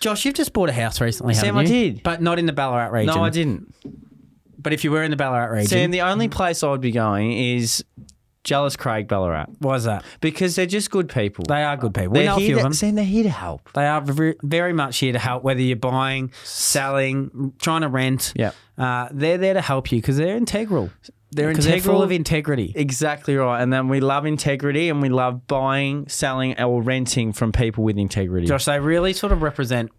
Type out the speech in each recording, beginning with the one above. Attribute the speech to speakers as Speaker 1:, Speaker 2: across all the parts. Speaker 1: Josh, you've just bought a house recently,
Speaker 2: Sam,
Speaker 1: haven't
Speaker 2: I
Speaker 1: you?
Speaker 2: did.
Speaker 1: But not in the Ballarat region.
Speaker 2: No, I didn't.
Speaker 1: But if you were in the Ballarat region,
Speaker 2: Sam, the only place I would be going is Jealous Craig Ballarat
Speaker 1: why is that?
Speaker 2: because they're just good people.
Speaker 1: They are good people. We
Speaker 2: They're
Speaker 1: know a
Speaker 2: here
Speaker 1: few of
Speaker 2: to-
Speaker 1: them.
Speaker 2: Sam, they're here to help.
Speaker 1: They are ver- very much here to help, whether you're buying, selling, trying to rent.
Speaker 2: Yeah.
Speaker 1: Uh, they're there to help you because they're integral.
Speaker 2: They're
Speaker 1: 'Cause They're
Speaker 2: integral-
Speaker 1: full of integrity.
Speaker 2: Exactly right. And then we love integrity and we love buying, selling, or renting from people with integrity.
Speaker 1: Josh, they really sort of represent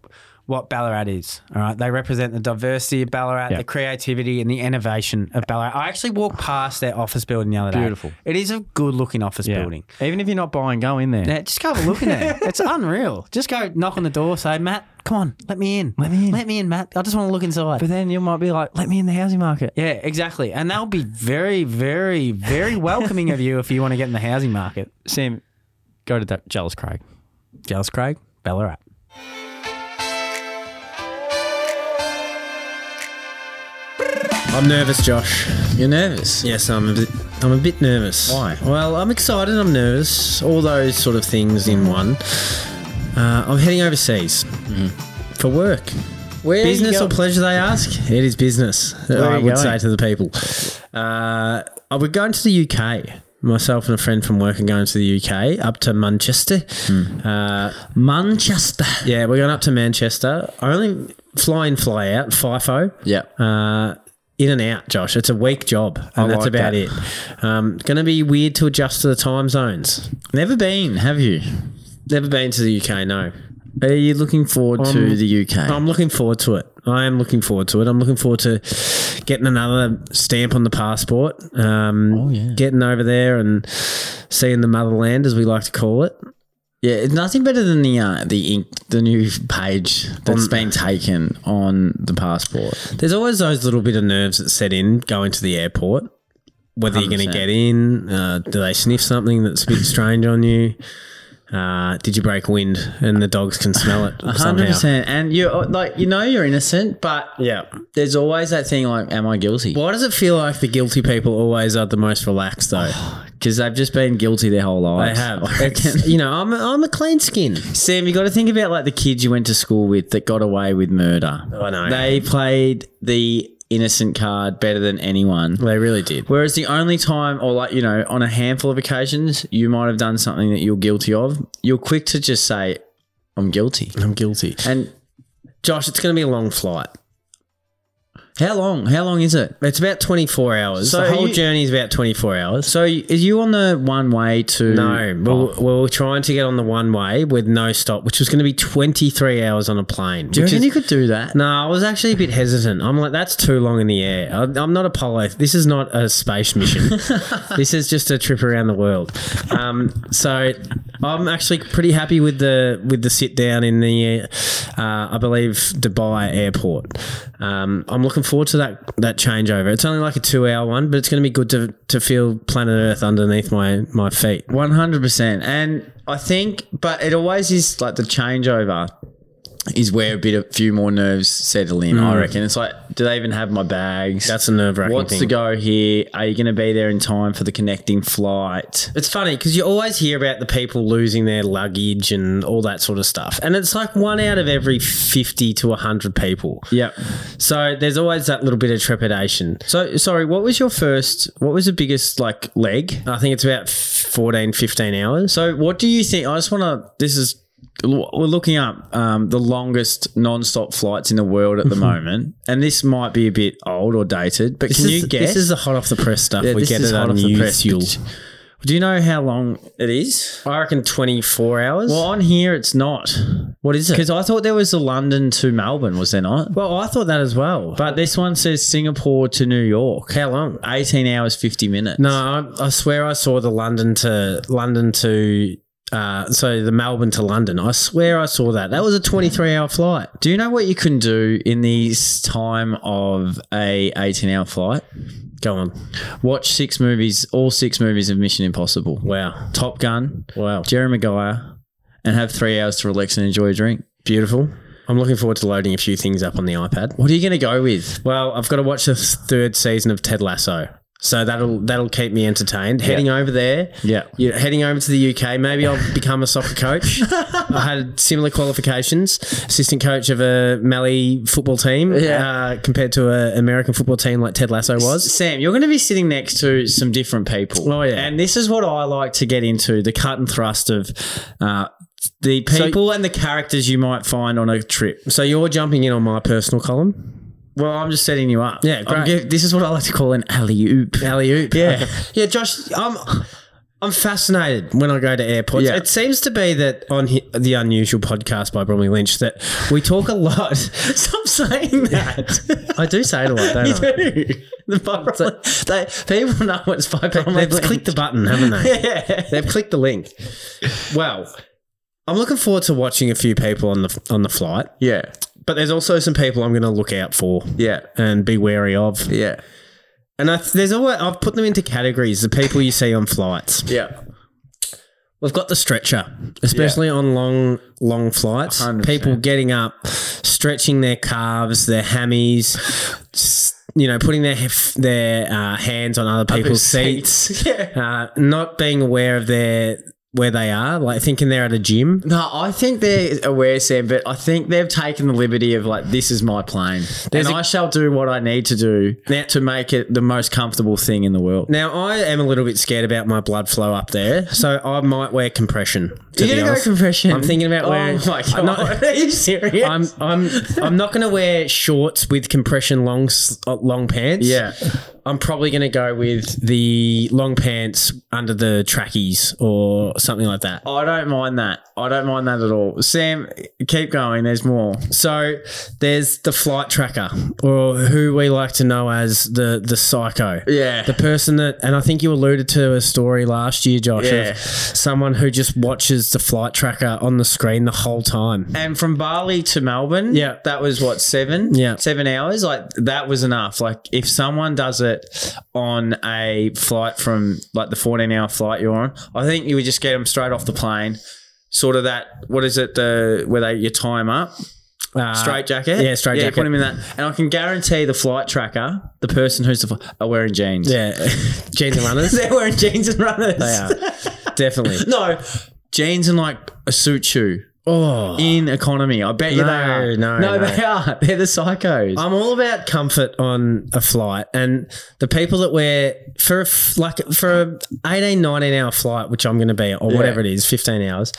Speaker 1: what Ballarat is. All right. They represent the diversity of Ballarat,
Speaker 2: Yeah.
Speaker 1: the creativity and the innovation of Ballarat. I actually walked past their office building the other day.
Speaker 2: Beautiful.
Speaker 1: It is a good looking office
Speaker 2: Yeah.
Speaker 1: building.
Speaker 2: Even if you're not buying, go in there.
Speaker 1: Yeah, Uh, just go have a look in there. It's unreal. Just go knock on the door, say, Matt, come on, let me in. Let
Speaker 2: me in.
Speaker 1: Let me in, Matt. I just want to look inside.
Speaker 2: But then you might be like, let me in the housing market.
Speaker 1: Yeah, exactly. And that'll be very, very, very welcoming of you if you want to get in the housing market.
Speaker 2: Sam, go to that Jealous Craig.
Speaker 1: Jealous Craig, Ballarat.
Speaker 3: I'm nervous, Josh.
Speaker 4: You're nervous.
Speaker 3: Yes, I'm a bit. I'm a bit nervous.
Speaker 4: Why?
Speaker 3: Well, I'm excited. I'm nervous. All those sort of things in one. Uh, I'm heading overseas for work.
Speaker 4: Mm-hmm. Where
Speaker 3: business
Speaker 4: you
Speaker 3: or
Speaker 4: go-
Speaker 3: pleasure? They ask. It is business.
Speaker 4: are
Speaker 3: I
Speaker 4: you
Speaker 3: would
Speaker 4: going?
Speaker 3: say to the people. Uh, I would going to the UK. Myself and a friend from work are going to the UK up to Manchester. Uh,
Speaker 4: Manchester.
Speaker 3: yeah, we're going up to Manchester. Only fly in, fly out, FIFO.
Speaker 4: Yeah.
Speaker 3: Uh, in and out, Josh. It's a week job, and
Speaker 4: I
Speaker 3: that's
Speaker 4: like
Speaker 3: about
Speaker 4: that.
Speaker 3: it. Um, going to be weird to adjust to the time zones.
Speaker 4: Never been, have you?
Speaker 3: Never been to the UK, no.
Speaker 4: Are you looking forward to
Speaker 3: Um,
Speaker 4: the UK?
Speaker 3: I'm looking forward to it. I am looking forward to it. I'm looking forward to getting another stamp on the passport. Um,
Speaker 4: Oh, yeah.
Speaker 3: Getting over there and seeing the motherland, as we like to call it.
Speaker 4: yeah, it's nothing better than the uh, the ink, the new page that's been taken on the passport.
Speaker 3: There's always those little bit of nerves that set in going to the airport. Whether you are going
Speaker 4: 100%.
Speaker 3: to get in, uh, do they sniff something that's a bit strange on you? Uh, did you break wind and the dogs can smell it?
Speaker 4: Hundred
Speaker 3: somehow?
Speaker 4: percent. And you are like you know you're innocent, but
Speaker 3: Yeah.
Speaker 4: there's always that thing like, am I guilty?
Speaker 3: Why does it feel like the guilty people always are the most relaxed though?
Speaker 4: Because they've just been guilty their whole
Speaker 3: I
Speaker 4: lives.
Speaker 3: have.
Speaker 4: I reckon.
Speaker 3: It's- you know, I'm a, I'm a clean skin.
Speaker 4: Sam, you got to think about like the kids you went to school with that got away with murder.
Speaker 3: I know.
Speaker 4: They played the innocent card better than anyone.
Speaker 3: They really did.
Speaker 4: Whereas the only time, or like, you know, on a handful of occasions, you might have done something that you're guilty of, you're quick to just say, I'm guilty.
Speaker 3: I'm guilty.
Speaker 4: And
Speaker 3: Josh, it's going to be a long flight.
Speaker 4: how long? How long is it?
Speaker 3: It's about 24 hours.
Speaker 4: So
Speaker 3: the whole
Speaker 4: you-
Speaker 3: journey is about 24 hours.
Speaker 4: So, are you on the one way to.
Speaker 3: No, we
Speaker 4: Oh,
Speaker 3: we're, we're trying to get on the one way with no stop, which was going to be 23 hours on a plane.
Speaker 4: do you
Speaker 3: which
Speaker 4: reckon
Speaker 3: is-
Speaker 4: you could do that?
Speaker 3: no, I was actually a bit hesitant. I'm like, that's too long in the air. I, I'm not Apollo. This is not a space mission. this is just a trip around the world. Um, so I'm actually pretty happy with the with the sit down in the, uh, I believe Dubai airport. Um, I'm looking forward to that that changeover. It's only like a two hour one, but it's going to be good to to feel planet Earth underneath my my feet.
Speaker 4: One hundred percent, and I think, but it always is like the changeover is where a bit of few more nerves settle in. I reckon it's like, do they even have my bags?
Speaker 3: That's a nerve wracking
Speaker 4: What's
Speaker 3: Mm. thing.
Speaker 4: the go here? Are you going to be there in time for the connecting flight?
Speaker 3: It's funny because you always hear about the people losing their luggage and all that sort of stuff. And it's like one out of every 50 to 100 people.
Speaker 4: Yep.
Speaker 3: So there's always that little bit of trepidation.
Speaker 4: So sorry, what was your first? What was the biggest like leg?
Speaker 3: I think it's about 14, 15 hours.
Speaker 4: So what do you think? I just want to. This is we're looking up um, the longest non-stop flights in the world at the moment, and this might be a bit old or dated, but
Speaker 3: This
Speaker 4: can
Speaker 3: is,
Speaker 4: you guess?
Speaker 3: This is the hot off the press stuff.
Speaker 4: Yeah,
Speaker 3: we
Speaker 4: this
Speaker 3: get
Speaker 4: is
Speaker 3: it
Speaker 4: hot
Speaker 3: on
Speaker 4: off the press.
Speaker 3: Newsfuel.
Speaker 4: Do you know how long it is?
Speaker 3: I reckon 24 hours.
Speaker 4: Well, on here it's not.
Speaker 3: what is it?
Speaker 4: Because I thought there was a London to Melbourne, was there not?
Speaker 3: Well, I thought that as well. But
Speaker 4: But this one says Singapore to New York.
Speaker 3: how long?
Speaker 4: 18 hours, 50 minutes.
Speaker 3: No, I, I swear I saw the London to London to uh, so the Melbourne to London. I swear I saw that. That was a twenty-three hour flight.
Speaker 4: Do you know what you can do in the s- time of a 18 hour flight?
Speaker 3: Go on.
Speaker 4: Watch six movies, all six movies of Mission Impossible.
Speaker 3: Wow.
Speaker 4: Top Gun,
Speaker 3: Wow.
Speaker 4: Jerry Maguire, and have three hours to relax and enjoy a drink.
Speaker 3: Beautiful. I'm looking forward to loading a few things up on the iPad.
Speaker 4: What are you going to go with?
Speaker 3: Well, I've got to watch the third season of Ted Lasso. So that'll that'll keep me entertained. Heading over there,
Speaker 4: Yeah.
Speaker 3: you know, heading over to the UK. Maybe I'll become a soccer coach. I had similar qualifications, assistant coach of a Mallee football team,
Speaker 4: Yeah.
Speaker 3: uh, compared to an American football team like Ted Lasso was.
Speaker 4: Sam, you're going to be sitting next to some different people.
Speaker 3: Oh, yeah.
Speaker 4: And this is what I like to get into the cut and thrust of uh, the people and the characters you might find on a trip.
Speaker 3: So you're jumping in on my personal column,
Speaker 4: Well, I'm just setting you up.
Speaker 3: Yeah,
Speaker 4: I'm
Speaker 3: great.
Speaker 4: gi- this is what I like to call an alley oop.
Speaker 3: alley oop.
Speaker 4: Yeah.
Speaker 3: yeah, Josh. I'm I'm fascinated when I go to airports.
Speaker 4: Yeah.
Speaker 3: It seems to be that on hi- the unusual podcast by Bromley Lynch that we talk a lot.
Speaker 4: Stop saying that.
Speaker 3: I do say it a lot, don't I?
Speaker 4: you do. The Bible- they, people know it's by
Speaker 3: They've clicked the button, haven't they?
Speaker 4: Yeah.
Speaker 3: They've clicked the link. Well, I'm looking forward to watching a few people on the on the flight,
Speaker 4: Yeah.
Speaker 3: but there's also some people I'm going to look out for
Speaker 4: Yeah.
Speaker 3: and be wary of.
Speaker 4: Yeah.
Speaker 3: And I, there's always I've put them into categories: the people you see on flights.
Speaker 4: Yeah.
Speaker 3: We've got the stretcher, especially on long long flights.
Speaker 4: 100%.
Speaker 3: People getting up, stretching their calves, their hammies. s- You know, putting their hef- their uh, hands on other people's seats.
Speaker 4: Yeah.
Speaker 3: uh, not being aware of their where they are, like thinking they're at a gym.
Speaker 4: No, I think they're aware, Sam, but I think they've taken the liberty of like, this is my plane. and
Speaker 3: a-
Speaker 4: I shall do what I need to do
Speaker 3: Now-
Speaker 4: to make it the most comfortable thing in the world.
Speaker 3: Now I am a little bit scared about my blood flow up there, so I might wear compression. To be honest.
Speaker 4: compression.
Speaker 3: I'm thinking about wearing.
Speaker 4: Oh my god!
Speaker 3: I'm not,
Speaker 4: Are you serious?
Speaker 3: I'm I'm I'm not going to wear shorts with compression long s- uh, long pants.
Speaker 4: yeah.
Speaker 3: I'm probably going to go with the long pants under the trackies or something like that.
Speaker 4: I don't mind that. I don't mind that at all. Sam, keep going. There's more.
Speaker 3: So there's the flight tracker, or who we like to know as the the psycho.
Speaker 4: Yeah.
Speaker 3: The person that, and I think you alluded to a story last year, Josh,
Speaker 4: Yeah.
Speaker 3: of someone who just watches the flight tracker on the screen the whole time.
Speaker 4: and from Bali to Melbourne,
Speaker 3: Yeah.
Speaker 4: that was what seven,
Speaker 3: Yeah.
Speaker 4: seven hours. Like that was enough. Like if someone does it on a flight from like the fourteen hour flight you're on, I think you would just get them straight off the plane. Sort of that. What is it? The where they you tie them up,
Speaker 3: Uh,
Speaker 4: straight jacket.
Speaker 3: yeah, straight
Speaker 4: Yeah, you
Speaker 3: jacket.
Speaker 4: put them in that, and I can guarantee the flight tracker, the person who's the, fl- are wearing jeans.
Speaker 3: Yeah. Jeans and runners.
Speaker 4: they're wearing jeans and runners.
Speaker 3: they are. Definitely.
Speaker 4: No, jeans and like a suit shoe
Speaker 3: Oh.
Speaker 4: in economy. I bet you
Speaker 3: No,
Speaker 4: they are.
Speaker 3: no,
Speaker 4: no, Um,
Speaker 3: no.
Speaker 4: they are. They're the psychos.
Speaker 3: I'm all about comfort on a flight, and the people that wear for a f- like for a 18, 19 hour flight, which I'm going to be, or whatever it is, 15 hours.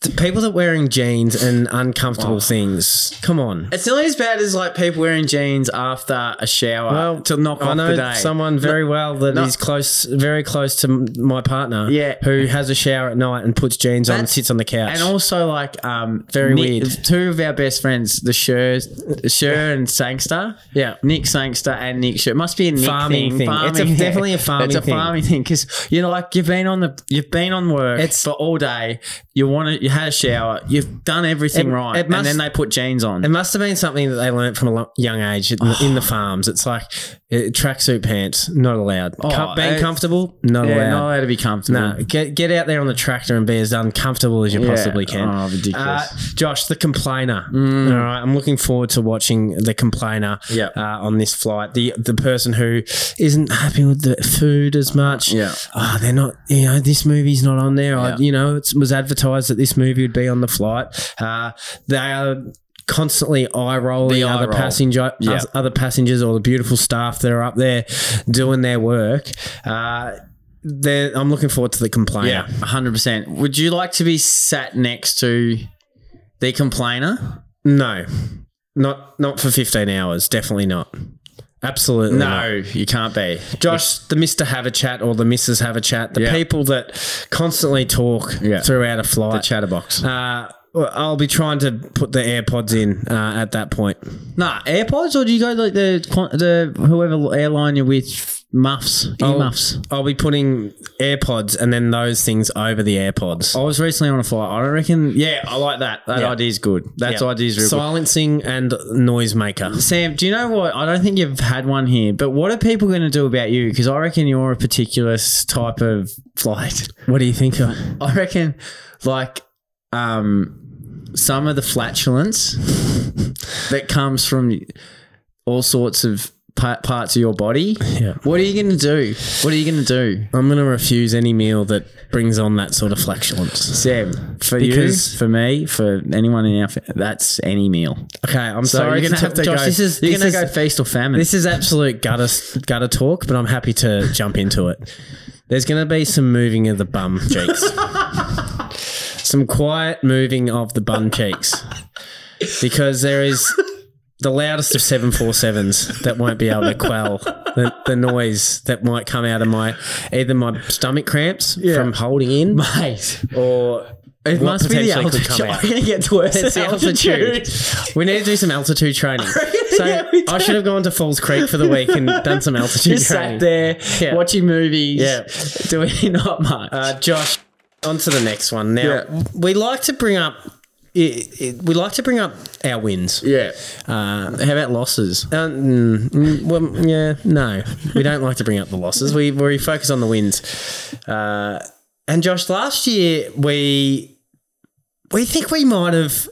Speaker 3: The people that wearing jeans and uncomfortable things. Come on.
Speaker 4: it's not as bad as like people wearing jeans after a shower
Speaker 3: Well,
Speaker 4: to knock
Speaker 3: I
Speaker 4: off
Speaker 3: know
Speaker 4: the day.
Speaker 3: someone very well that is
Speaker 4: No.
Speaker 3: close, very close to m- my partner.
Speaker 4: Yeah.
Speaker 3: who has a shower at night and puts jeans on, and
Speaker 4: That's-
Speaker 3: sits on the couch.
Speaker 4: and also like um
Speaker 3: Very
Speaker 4: Nick-
Speaker 3: weird.
Speaker 4: Two of our best friends, the Sher, Sher and Sangster.
Speaker 3: yeah,
Speaker 4: Nick Sangster and Nick Sher. It must be a Nick
Speaker 3: Farming thing. It's a- definitely a farming
Speaker 4: It's a
Speaker 3: thing.
Speaker 4: farming thing because you're like you've been on the you've been on work
Speaker 3: It's-
Speaker 4: for all day. You want to you had a shower. You've done everything
Speaker 3: It-
Speaker 4: right,
Speaker 3: it must-
Speaker 4: and then they put jeans on.
Speaker 3: It must have been something that they learnt from a lo- young age in, in
Speaker 4: Oh.
Speaker 3: the farms. It's like uh, tracksuit pants, not allowed. Com- being
Speaker 4: Oh, it's-
Speaker 3: comfortable, not
Speaker 4: yeah, not
Speaker 3: allowed.
Speaker 4: allowed to be comfortable.
Speaker 3: no, get get out there on the tractor and be as uncomfortable as you possibly can.
Speaker 4: Oh, ridiculous. Mm.
Speaker 3: Uh, Josh, the complainer. All right, I'm looking forward to watching the complainer
Speaker 4: Yeah.
Speaker 3: uh, on this flight. The the person who isn't happy with the food as much.
Speaker 4: Yeah.
Speaker 3: oh, they're not. You know, this movie's not on there. I,
Speaker 4: Yeah.
Speaker 3: you know, it was advertised that this movie would be on the flight. Uh, they are. Constantly eye rolling
Speaker 4: The eye
Speaker 3: other
Speaker 4: roll.
Speaker 3: passenger,
Speaker 4: Yeah.
Speaker 3: other passengers, or the beautiful staff that are up there doing their work. Uh, they're- I'm looking forward to the complainer.
Speaker 4: Yeah, hundred percent. Would you like to be sat next to the complainer?
Speaker 3: No, not not for fifteen hours. Definitely not. Absolutely not.
Speaker 4: you can't be.
Speaker 3: Josh, the Mister Have a Chat or the Missus Have a Chat, the
Speaker 4: Yeah.
Speaker 3: people that constantly talk
Speaker 4: Yeah.
Speaker 3: throughout a flight.
Speaker 4: Chatterbox.
Speaker 3: uh, well, I'll be trying to put the AirPods in uh, at that point.
Speaker 4: Nah, AirPods or do you go like the the whoever airline you're with muffs, ear
Speaker 3: I'll-
Speaker 4: muffs?
Speaker 3: I'll be putting AirPods and then those things over the AirPods.
Speaker 4: I was recently on a flight. I don't reckon. Yeah, I like that. That
Speaker 3: Yeah.
Speaker 4: idea's good. That
Speaker 3: Yeah.
Speaker 4: idea's real good.
Speaker 3: Silencing and noise maker.
Speaker 4: Sam, do you know what? I don't think you've had one here, but what are people going to do about you? Because I reckon you're a particular type of flight.
Speaker 3: What do you think? Of?
Speaker 4: I reckon, like, um, some of the flatulence that comes from all sorts of pa- parts of your body.
Speaker 3: Yeah.
Speaker 4: What are you going to do? What are you going to do?
Speaker 3: I'm going to refuse any meal that brings on that sort of flatulence.
Speaker 4: Sam, for
Speaker 3: Because-
Speaker 4: you, for me, for anyone in our family, that's any meal.
Speaker 3: Okay, I'm
Speaker 4: So
Speaker 3: sorry.
Speaker 4: you're gonna
Speaker 3: to-
Speaker 4: have to
Speaker 3: Josh,
Speaker 4: go.
Speaker 3: This is,
Speaker 4: you're
Speaker 3: this
Speaker 4: gonna
Speaker 3: is-
Speaker 4: go feast or famine.
Speaker 3: This is absolute gutter gutter talk, but I'm happy to jump into it. There's going to be some moving of the bum cheeks, some quiet moving of the bum cheeks, because there is the loudest of seven four sevens that won't be able to quell the, the noise that might come out of my either my stomach cramps from holding in
Speaker 4: Mate,
Speaker 3: or
Speaker 4: it
Speaker 3: what
Speaker 4: must be the
Speaker 3: potentially could
Speaker 4: altitude.
Speaker 3: come out.
Speaker 4: I'm gonna get worse.
Speaker 3: It's the altitude. We need to do some altitude training. So
Speaker 4: Yeah, we
Speaker 3: I should have gone to Falls Creek for the week and done some altitude
Speaker 4: Just
Speaker 3: training.
Speaker 4: sat there
Speaker 3: Yeah.
Speaker 4: watching movies.
Speaker 3: Yeah.
Speaker 4: doing not much.
Speaker 3: Uh, Josh, on to the next one. Now
Speaker 4: Yeah.
Speaker 3: we like to bring up. It, it, we like to bring up our wins.
Speaker 4: yeah.
Speaker 3: Uh,
Speaker 4: How about losses?
Speaker 3: uh, mm, mm, well, yeah, no, we don't like to bring up the losses. We we focus on the wins. Uh, and Josh, last year we we think we might have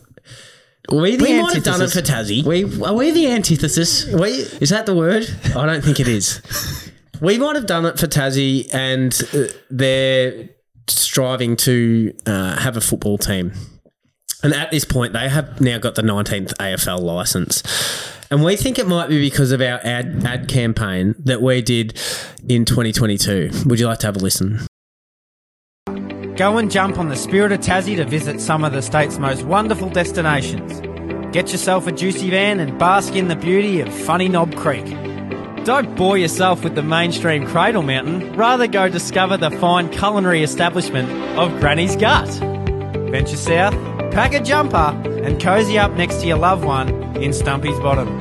Speaker 4: We,
Speaker 3: we might have done it for Tassie.
Speaker 4: we are we the antithesis?
Speaker 3: We,
Speaker 4: Is that the word?
Speaker 3: I don't think it is. we might have done it for Tassie, and uh, they're striving to uh, have a football team. And at this point, they have now got the 19th AFL license. And we think it might be because of our ad, ad campaign that we did in 2022. Would you like to have a listen?
Speaker 1: Go and jump on the Spirit of Tassie to visit some of the state's most wonderful destinations. Get yourself a juicy van and bask in the beauty of Funny Knob Creek. Don't bore yourself with the mainstream Cradle Mountain, rather go discover the fine culinary establishment of Granny's Gut. Venture south, pack a jumper, and cozy up next to your loved one in Stumpy's Bottom.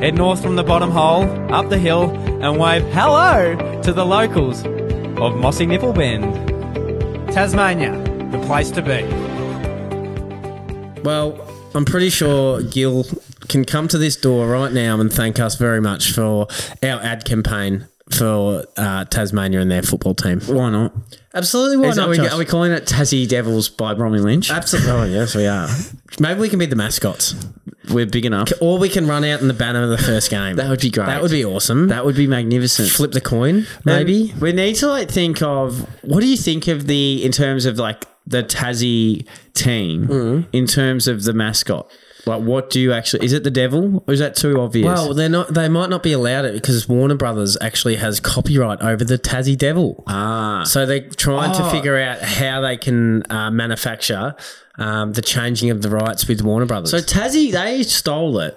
Speaker 1: Head north from the bottom hole, up the hill, and wave hello to the locals of Mossy Nipple Bend. Tasmania, the place to be.
Speaker 3: Well, I'm pretty sure Gil can come to this door right now and thank us very much for our ad campaign for uh, Tasmania and their football team.
Speaker 4: Why not?
Speaker 3: Absolutely, why
Speaker 4: Is-
Speaker 3: not?
Speaker 4: are, we,
Speaker 3: Josh?
Speaker 4: are we calling it Tassie Devils by Bromley Lynch?
Speaker 3: Absolutely. Oh, yes, we are. Maybe we can be the mascots.
Speaker 4: We're big enough.
Speaker 3: Or we can run out in the banner of the first game.
Speaker 4: That would be great.
Speaker 3: That would be awesome.
Speaker 4: That would be magnificent.
Speaker 3: Flip the coin, maybe.
Speaker 4: And we need to like think of what do you think of the in terms of like the Tassie team
Speaker 3: Mm.
Speaker 4: in terms of the mascot. Like, what do you actually? Is it the devil, or is that too obvious?
Speaker 3: well, they're not. They might not be allowed it because Warner Brothers actually has copyright over the Tassie Devil.
Speaker 4: ah,
Speaker 3: So they're trying
Speaker 4: Oh.
Speaker 3: to figure out how they can uh, manufacture um, the changing of the rights with Warner Brothers.
Speaker 4: so Tassie they stole it,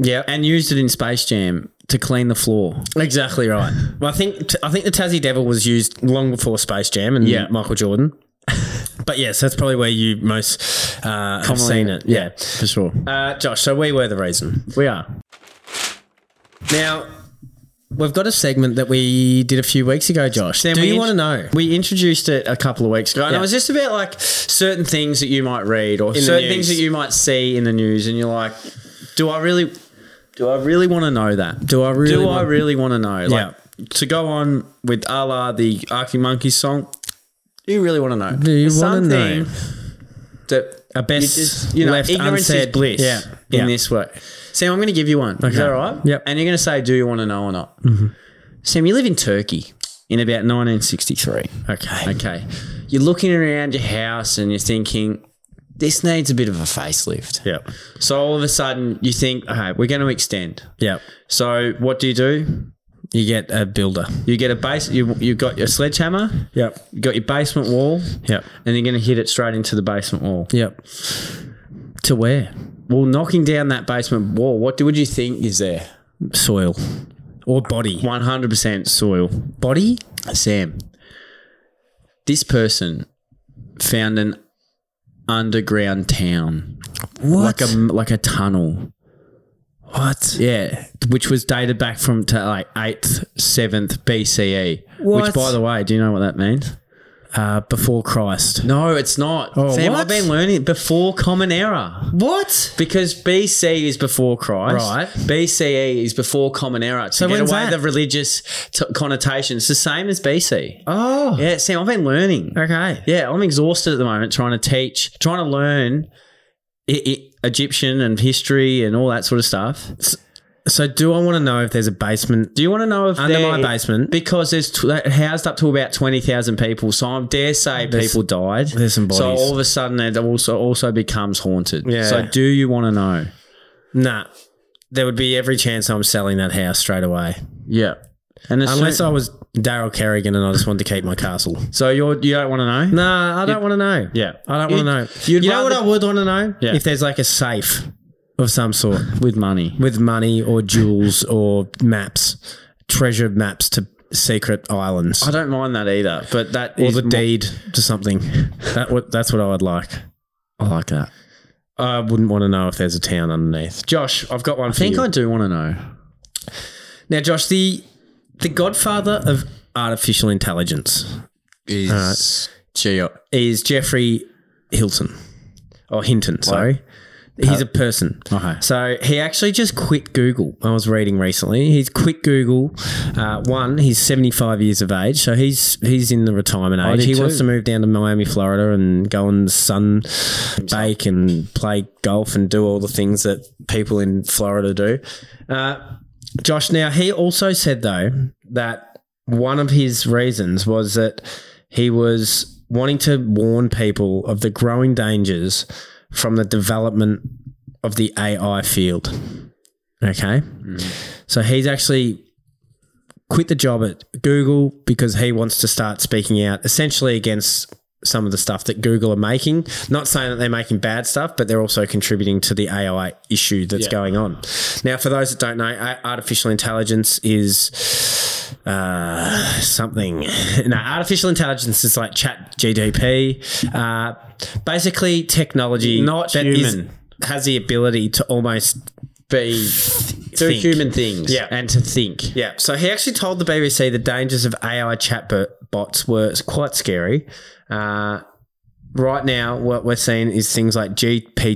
Speaker 3: yeah,
Speaker 4: and used it in Space Jam to clean the floor.
Speaker 3: Exactly right. Well, I think I think the Tassie Devil was used long before Space Jam and
Speaker 4: Yeah.
Speaker 3: Michael Jordan. But yes, that's probably where you most uh, have
Speaker 4: Commonly-
Speaker 3: seen it. Yeah,
Speaker 4: For sure,
Speaker 3: uh, Josh. So we were the reason.
Speaker 4: we are.
Speaker 3: Now we've got a segment that we did a few weeks ago, Josh.
Speaker 4: Sam,
Speaker 3: Do
Speaker 4: we
Speaker 3: you
Speaker 4: int-
Speaker 3: want to know?
Speaker 4: We introduced it a couple of weeks ago, and
Speaker 3: Yeah.
Speaker 4: it was just about like certain things that you might read or
Speaker 3: the
Speaker 4: certain things that
Speaker 3: news.
Speaker 4: you might see in the news, and you're like, "Do I really? Do I really want to know that? Do I really? Do I
Speaker 3: want-
Speaker 4: really want to know? Like to go on with a la the Arctic Monkeys song. Do you really want to know? Do
Speaker 3: you wanna know?
Speaker 4: that
Speaker 3: A best
Speaker 4: you just- you know,
Speaker 3: left
Speaker 4: ignorance
Speaker 3: unsaid
Speaker 4: is bliss
Speaker 3: Yeah,
Speaker 4: in
Speaker 3: yeah.
Speaker 4: this way. Sam, I'm going to give you one. Is
Speaker 3: Okay.
Speaker 4: that all right?
Speaker 3: Yep. Mm-hmm.
Speaker 4: And you're going to say, do you want to know or not? Sam, you live in Turkey in about 1963.
Speaker 3: Okay.
Speaker 4: Okay. You're looking around your house and you're thinking, this needs a bit of a facelift.
Speaker 3: Yeah.
Speaker 4: So all of a sudden you think, okay, we're going to extend.
Speaker 3: Yeah.
Speaker 4: So what do you do?
Speaker 3: You get a builder.
Speaker 4: You get a base. You you've got your sledgehammer.
Speaker 3: Yep.
Speaker 4: You got your basement wall.
Speaker 3: Yep.
Speaker 4: And you're going to hit it straight into the basement wall.
Speaker 3: Yep. To where?
Speaker 4: Well, knocking down that basement wall, what do, would you think is there?
Speaker 3: Soil or body?
Speaker 4: 100% soil.
Speaker 3: Body?
Speaker 4: Sam, this person found an underground town,
Speaker 3: What?
Speaker 4: like a like a tunnel.
Speaker 3: what?
Speaker 4: Yeah, which was dated back from to like eighth, seventh BCE. Which,
Speaker 3: What?
Speaker 4: by the way, do you know what that means?
Speaker 3: Uh, before Christ.
Speaker 4: No, it's not.
Speaker 3: Oh,
Speaker 4: Sam,
Speaker 3: what?
Speaker 4: I've been learning it before Common Era.
Speaker 3: What?
Speaker 4: Because BC is before Christ.
Speaker 3: Right.
Speaker 4: BCE is before Common Era. To get
Speaker 3: when's
Speaker 4: away
Speaker 3: that?
Speaker 4: the religious t- connotation. It's the same as BC.
Speaker 3: Oh.
Speaker 4: Yeah, Sam, I've been learning.
Speaker 3: Okay.
Speaker 4: Yeah, I'm exhausted at the moment trying to teach, trying to learn I- I- Egyptian and history and all that sort of stuff.
Speaker 3: So do I want to know if there's a basement
Speaker 4: Do you want to know if
Speaker 3: under my
Speaker 4: there-
Speaker 3: basement?
Speaker 4: Because there's t- it housed up to about twenty thousand people, so I dare say people died.
Speaker 3: there's some
Speaker 4: So
Speaker 3: bodies.
Speaker 4: all of a sudden, it also also becomes haunted.
Speaker 3: Yeah.
Speaker 4: So do you want to know?
Speaker 3: Nah. There would be every chance I'm selling that house straight away.
Speaker 4: Yeah. And as
Speaker 3: Unless
Speaker 4: soon-
Speaker 3: I was Daryl Kerrigan and I just wanted to keep my castle.
Speaker 4: so you're you don't want to know.
Speaker 3: Nah, I don't want to know.
Speaker 4: Yeah.
Speaker 3: I don't want to know.
Speaker 4: you'd
Speaker 3: you know what I
Speaker 4: rather-
Speaker 3: would want to know?
Speaker 4: Yeah.
Speaker 3: If there's like a safe of some sort
Speaker 4: With money.
Speaker 3: with money or jewels or maps, treasure maps to secret islands.
Speaker 4: I don't mind that either, but that
Speaker 3: or
Speaker 4: is
Speaker 3: the
Speaker 4: mo-
Speaker 3: deed to something. That would that's what I would like.
Speaker 4: I like that.
Speaker 3: I wouldn't want to know if there's a town underneath.
Speaker 4: Josh, I've got one. I think
Speaker 3: you.
Speaker 4: I do want to know.
Speaker 3: Now, Josh, the the godfather of artificial intelligence uh,
Speaker 4: Is Geo?
Speaker 3: is Jeffrey Hilton or Hinton. Sorry, he's a person.
Speaker 4: Okay.
Speaker 3: So he actually just quit Google. I was reading recently. He's quit Google. Uh, one, he's seventy five years of age, so he's he's in the retirement age.
Speaker 4: did
Speaker 3: He wants
Speaker 4: too.
Speaker 3: to move down to Miami, Florida, and go and sun bake and play golf and do all the things that people in Florida do. Uh, Josh, now he also said though that one of his reasons was that he was wanting to warn people of the growing dangers from the development of the AI field. Okay. So he's actually quit the job at Google because he wants to start speaking out essentially against some of the stuff that Google are making. Not saying that they're making bad stuff, but they're also contributing to the AI issue that's going on. Now, for those that don't know, a- artificial intelligence is uh, something. no, artificial intelligence is like chat GDP. Uh, basically, technology
Speaker 4: Not
Speaker 3: that is-
Speaker 4: human.
Speaker 3: has the ability to almost
Speaker 4: Be do
Speaker 3: Think.
Speaker 4: human things.
Speaker 3: Yeah.
Speaker 4: And to think.
Speaker 3: yeah, so he actually told the BBC the dangers of AI chatbots were quite scary. Uh, right now, what we're seeing is things like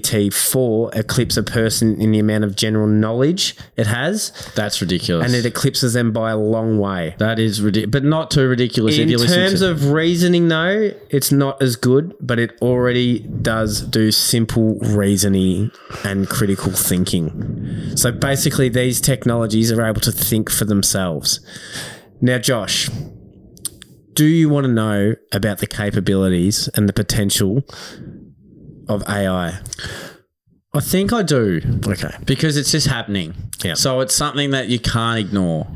Speaker 3: GPT-4 eclipse a person in the amount of general knowledge it has,
Speaker 4: That's ridiculous.
Speaker 3: and it eclipses them by a long way.
Speaker 4: that is ridiculous, but not too ridiculous.
Speaker 3: In
Speaker 4: if you listen
Speaker 3: terms
Speaker 4: to-
Speaker 3: of reasoning, though, it's not as good, but it already does do simple reasoning and critical thinking. So basically, these technologies are able to think for themselves. Now, Josh, do you want to know about the capabilities and the potential of AI?
Speaker 4: I think I do
Speaker 3: Okay.
Speaker 4: because it's just happening.
Speaker 3: Yeah.
Speaker 4: So it's something that you can't ignore.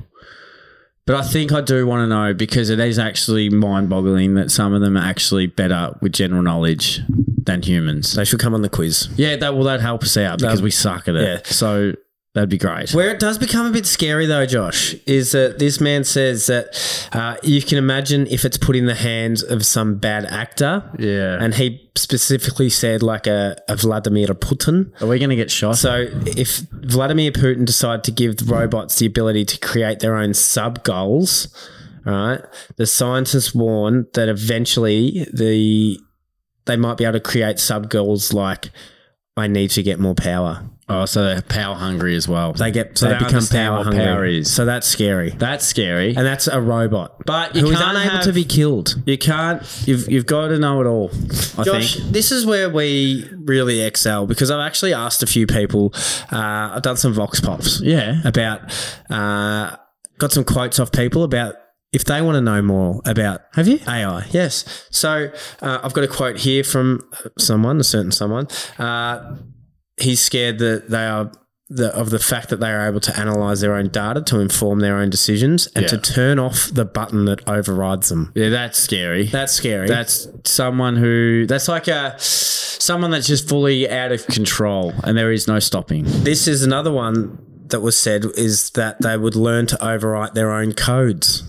Speaker 4: But I think I do want to know because it is actually mind boggling that some of them are actually better with general knowledge than humans.
Speaker 3: They should come on the quiz.
Speaker 4: Yeah, that will that help us out because we suck at it.
Speaker 3: Um, yeah.
Speaker 4: So that'd be great.
Speaker 3: Where it does become a bit scary, though, Josh, is that this man says that uh, you can imagine if it's put in the hands of some bad actor.
Speaker 4: Yeah.
Speaker 3: And he specifically said, like, a, a Vladimir Putin.
Speaker 4: Are we going to get shot?
Speaker 3: So if Vladimir Putin decided to give the robots the ability to create their own sub goals, right? The scientists warn that eventually the they might be able to create sub goals like I need to get more power.
Speaker 4: oh, so they're power hungry as well.
Speaker 3: They get so
Speaker 4: they
Speaker 3: they, become
Speaker 4: understand
Speaker 3: power
Speaker 4: what
Speaker 3: hungry.
Speaker 4: power is.
Speaker 3: So that's scary.
Speaker 4: That's scary.
Speaker 3: and that's a robot,
Speaker 4: But you
Speaker 3: who is
Speaker 4: can't
Speaker 3: unable
Speaker 4: have-
Speaker 3: to be killed.
Speaker 4: You can't. You've you've got to know it all. I
Speaker 3: Josh,
Speaker 4: think.
Speaker 3: this is where we really excel because I've actually asked a few people. Uh, I've done some vox pops.
Speaker 4: Yeah.
Speaker 3: about uh, got some quotes off people about if they want to know more about have you AI yes so uh, I've got a quote here from someone a certain someone uh, he's scared that they are the, of the fact that they are able to analyze their own data to inform their own decisions and to
Speaker 4: Yeah.
Speaker 3: turn off the button that overrides them
Speaker 4: Yeah, that's scary.
Speaker 3: that's scary uh,
Speaker 4: That's someone who that's like a someone that's just fully out of control and there is no stopping.
Speaker 3: this is another one that was said is that they would learn to overwrite their own codes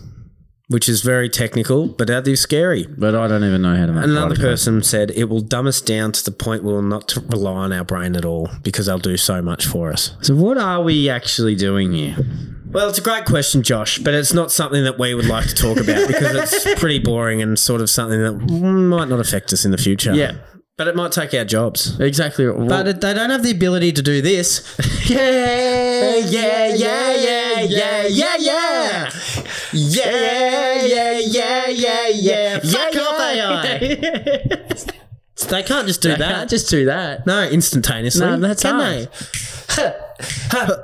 Speaker 3: which is very technical but that is scary
Speaker 4: But I don't even know how to make
Speaker 3: Another
Speaker 4: product.
Speaker 3: person said it will dumb us down to the point we will not to rely on our brain at all because they'll do so much for us.
Speaker 4: So what are we actually doing here?
Speaker 3: Well, it's a great question, Josh, but it's not something that we would like to talk about because it's pretty boring and sort of something that might not affect us in the future.
Speaker 4: Yeah.
Speaker 3: But it might take our jobs.
Speaker 4: Exactly. what-
Speaker 3: But it- they don't have the ability to do this. Yeah, yeah, yeah, yeah, yeah, yeah, yeah. Yeah, yeah, yeah, yeah, yeah. Fuck off AI. They can't just do
Speaker 4: They
Speaker 3: that.
Speaker 4: can't just do that.
Speaker 3: No, instantaneously.
Speaker 4: No, that's
Speaker 3: can
Speaker 4: hard.
Speaker 3: they?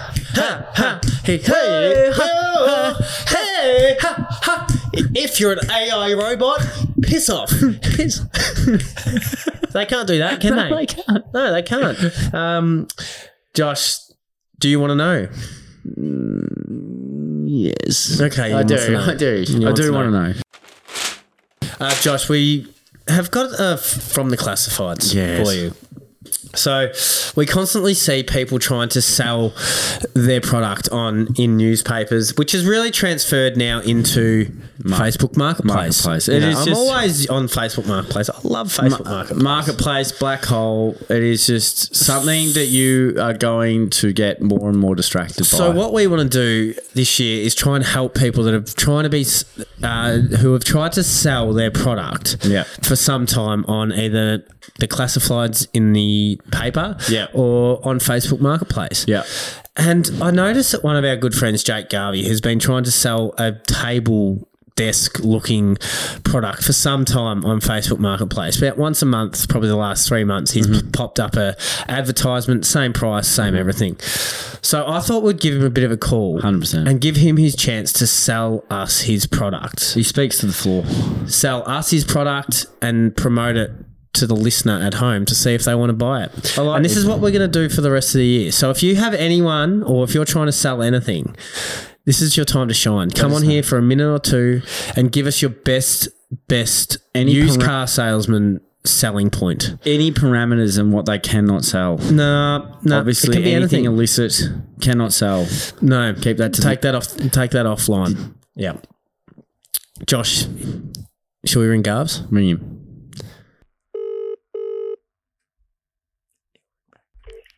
Speaker 4: Hey, hey, ha, ha, hey, ha, ha. If you're an AI robot, piss off.
Speaker 3: Piss. they can't do that, can
Speaker 4: No,
Speaker 3: they?
Speaker 4: they can't.
Speaker 3: No, they can't. Um, Josh, do you want to know?
Speaker 4: Yes.
Speaker 3: Okay, you
Speaker 4: I
Speaker 3: want
Speaker 4: do,
Speaker 3: to know.
Speaker 4: I do. I
Speaker 3: want to
Speaker 4: do want to know.
Speaker 3: Uh, Josh, we have got uh, f- from the classifieds
Speaker 4: Yes.
Speaker 3: for you. So we constantly see people trying to sell their product on in newspapers, which is really transferred now into Facebook Marketplace.
Speaker 4: Marketplace.
Speaker 3: You
Speaker 4: It
Speaker 3: know,
Speaker 4: is
Speaker 3: I'm
Speaker 4: just-
Speaker 3: always on Facebook Marketplace. I love Facebook Marketplace.
Speaker 4: Marketplace, black hole. It is just something that you are going to get more and more distracted
Speaker 3: So
Speaker 4: by.
Speaker 3: what we want to do this year is try and help people that are trying to be, s- uh, who have tried to sell their product
Speaker 4: Yeah.
Speaker 3: for some time on either the classifieds in the paper
Speaker 4: Yeah.
Speaker 3: or on Facebook Marketplace.
Speaker 4: Yeah.
Speaker 3: And I noticed that one of our good friends, Jake Garvey, has been trying to sell a table desk looking product for some time on Facebook Marketplace. About once a month, probably the last three months, he's popped up a advertisement, same price, same everything. So I thought we'd give him a bit of a call.
Speaker 4: 100%.
Speaker 3: And give him his chance to sell us his product.
Speaker 4: He speaks to the floor.
Speaker 3: Sell us his product and promote it to the listener at home to see if they want to buy it.
Speaker 4: like
Speaker 3: and this
Speaker 4: this.
Speaker 3: is what we're going to do for the rest of the year. So if you have anyone or if you're trying to sell anything, this is your time to shine. Come on here for a minute or two and give us your best, best
Speaker 4: Any
Speaker 3: used
Speaker 4: param-
Speaker 3: car salesman selling point.
Speaker 4: Any parameters and what they cannot sell.
Speaker 3: No, no,
Speaker 4: Obviously,
Speaker 3: it can be anything.
Speaker 4: anything illicit cannot sell.
Speaker 3: No,
Speaker 4: Keep that to
Speaker 3: take that off. Take that offline. Yeah, Josh, shall we ring Garbs?
Speaker 4: Ring him.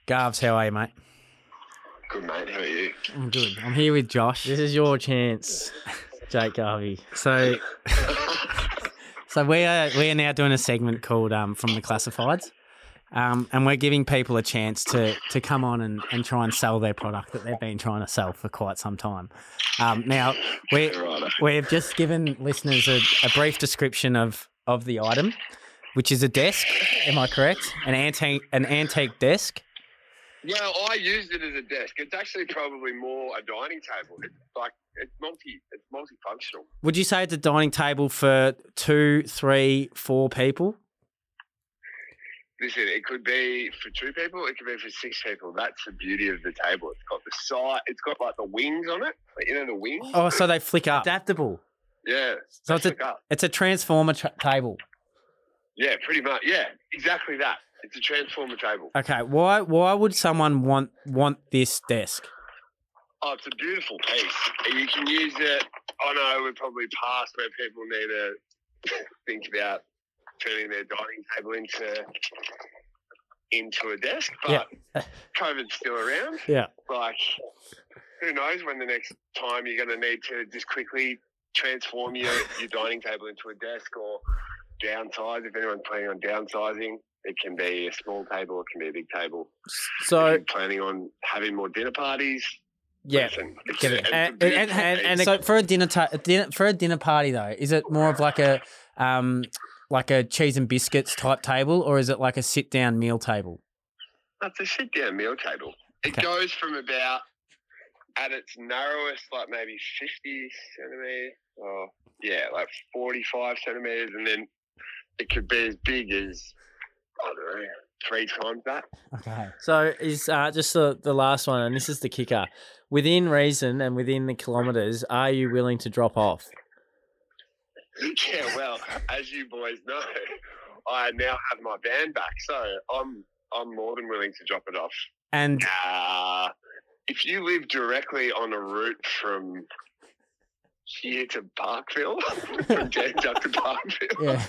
Speaker 1: Garves, how are you, mate?
Speaker 5: Good mate, how are you?
Speaker 1: I'm good. I'm here with Josh.
Speaker 2: This is your chance, Jake Garvey.
Speaker 1: So, so we are we are now doing a segment called um, "From the Classifieds," um, and we're giving people a chance to to come on and, and try and sell their product that they've been trying to sell for quite some time. Um, now we
Speaker 5: Righto.
Speaker 1: we've just given listeners a, a brief description of of the item, which is a desk. Am I correct? An antique an antique desk.
Speaker 5: Well, I used it as a desk. It's actually probably more a dining table. It's like it's multi, it's multifunctional.
Speaker 1: Would you say it's a dining table for two, three, four people?
Speaker 5: Listen, it could be for two people, it could be for six people. That's the beauty of the table. It's got the side, it's got like the wings on it. Like, you know the wings?
Speaker 1: Oh, so they flick up. Adaptable.
Speaker 5: Yeah.
Speaker 1: So it's a
Speaker 5: Look up.
Speaker 1: It's a transformer tra- table.
Speaker 5: Yeah, pretty much. Yeah, exactly that. It's a transformer table.
Speaker 1: Okay, why why would someone want want this desk?
Speaker 5: Oh, it's a beautiful piece. You can use it. I know we're probably past where people need to think about turning their dining table into into a desk, but COVID's still around.
Speaker 1: Yeah.
Speaker 5: Like, who knows when the next time you're going to need to just quickly transform your, your dining table into a desk or downsize. If anyone's planning on downsizing, it can be a small table, it can be a big table. If
Speaker 1: So
Speaker 5: you're planning on having more dinner parties,
Speaker 1: yeah,
Speaker 5: Listen, it's
Speaker 1: get
Speaker 5: a-
Speaker 1: it.
Speaker 5: it's
Speaker 1: And,
Speaker 5: a
Speaker 1: and,
Speaker 5: beautiful
Speaker 1: and-
Speaker 5: piece.
Speaker 1: and so for a dinner, ta- a dinner for a dinner party though, is it more of like a um like a cheese and biscuits type table, or is it like a sit down meal table?
Speaker 5: That's a sit down meal table. It
Speaker 1: Okay.
Speaker 5: goes from about at its narrowest, like maybe 50 centimeters, or yeah, like 45 centimeters, and then it could be as big as, I don't know, three times that.
Speaker 1: Okay,
Speaker 2: So is uh, just the, the last one, and this is the kicker. Within reason and within the kilometres, are you willing to drop off?
Speaker 5: Yeah, well, as you boys know, I now have my van back, so I'm I'm more than willing to drop it off.
Speaker 1: and
Speaker 5: Uh, if you live directly on a route from here to Parkville, from Janduk to Parkville,
Speaker 1: yeah,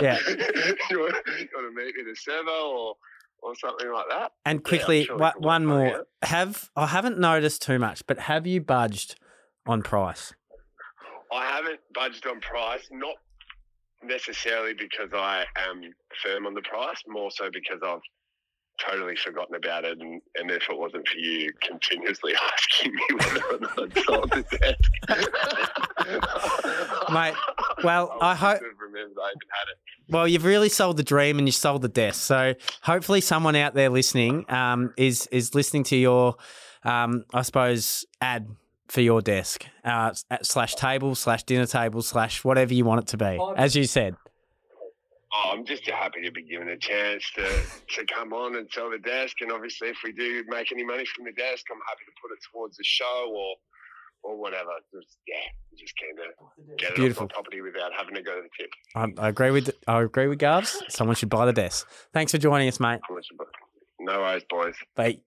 Speaker 1: yeah,
Speaker 5: you want to meet in a server or or something like that?
Speaker 1: and quickly
Speaker 5: sure we
Speaker 1: one,
Speaker 5: can work
Speaker 1: one
Speaker 5: on
Speaker 1: more.
Speaker 5: it.
Speaker 1: Have I haven't noticed too much, but have you budged on price?
Speaker 5: I haven't budged on price, not necessarily because I am firm on the price, more so because I've totally forgotten about it. And, and if it wasn't for you continuously asking me whether or not I sold the desk,
Speaker 1: Mate, well, I hope-
Speaker 5: wouldn't have remember I even had it.
Speaker 6: Well, you've really sold the dream and you sold the death. So hopefully, someone out there listening um, is is listening to your, um, I suppose, ad for your desk uh, s- at slash table slash dinner table slash whatever you want it to be, as you said.
Speaker 5: Oh, I'm just happy to be given a chance to, to come on and sell the desk. And obviously, if we do make any money from the desk, I'm happy to put it towards the show or or whatever. Just, yeah, just came to get it
Speaker 6: Beautiful.
Speaker 5: off my property without having to go to the tip.
Speaker 6: I, I agree with I agree with Garves. Someone should buy the desk. Thanks for joining us, mate.
Speaker 5: How much you bu- No worries, boys.
Speaker 6: Bye.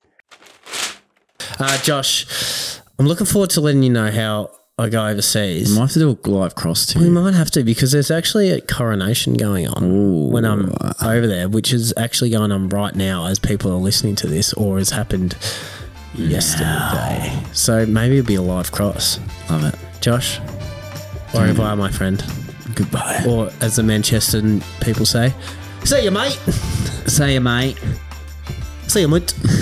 Speaker 3: Uh, Josh, I'm looking forward to letting you know how I go overseas.
Speaker 4: might have to do a live cross
Speaker 3: We
Speaker 4: too.
Speaker 3: might have to because there's actually a coronation going on when I'm over there, which is actually going on right now as people are listening to this or has happened yesterday. So maybe it'll be a live cross.
Speaker 4: Love it. Mm.
Speaker 3: Josh, or if I, my friend,
Speaker 4: Goodbye.
Speaker 3: or as the Manchester people say, see you, mate.
Speaker 4: See you, mate.
Speaker 3: See you, mate.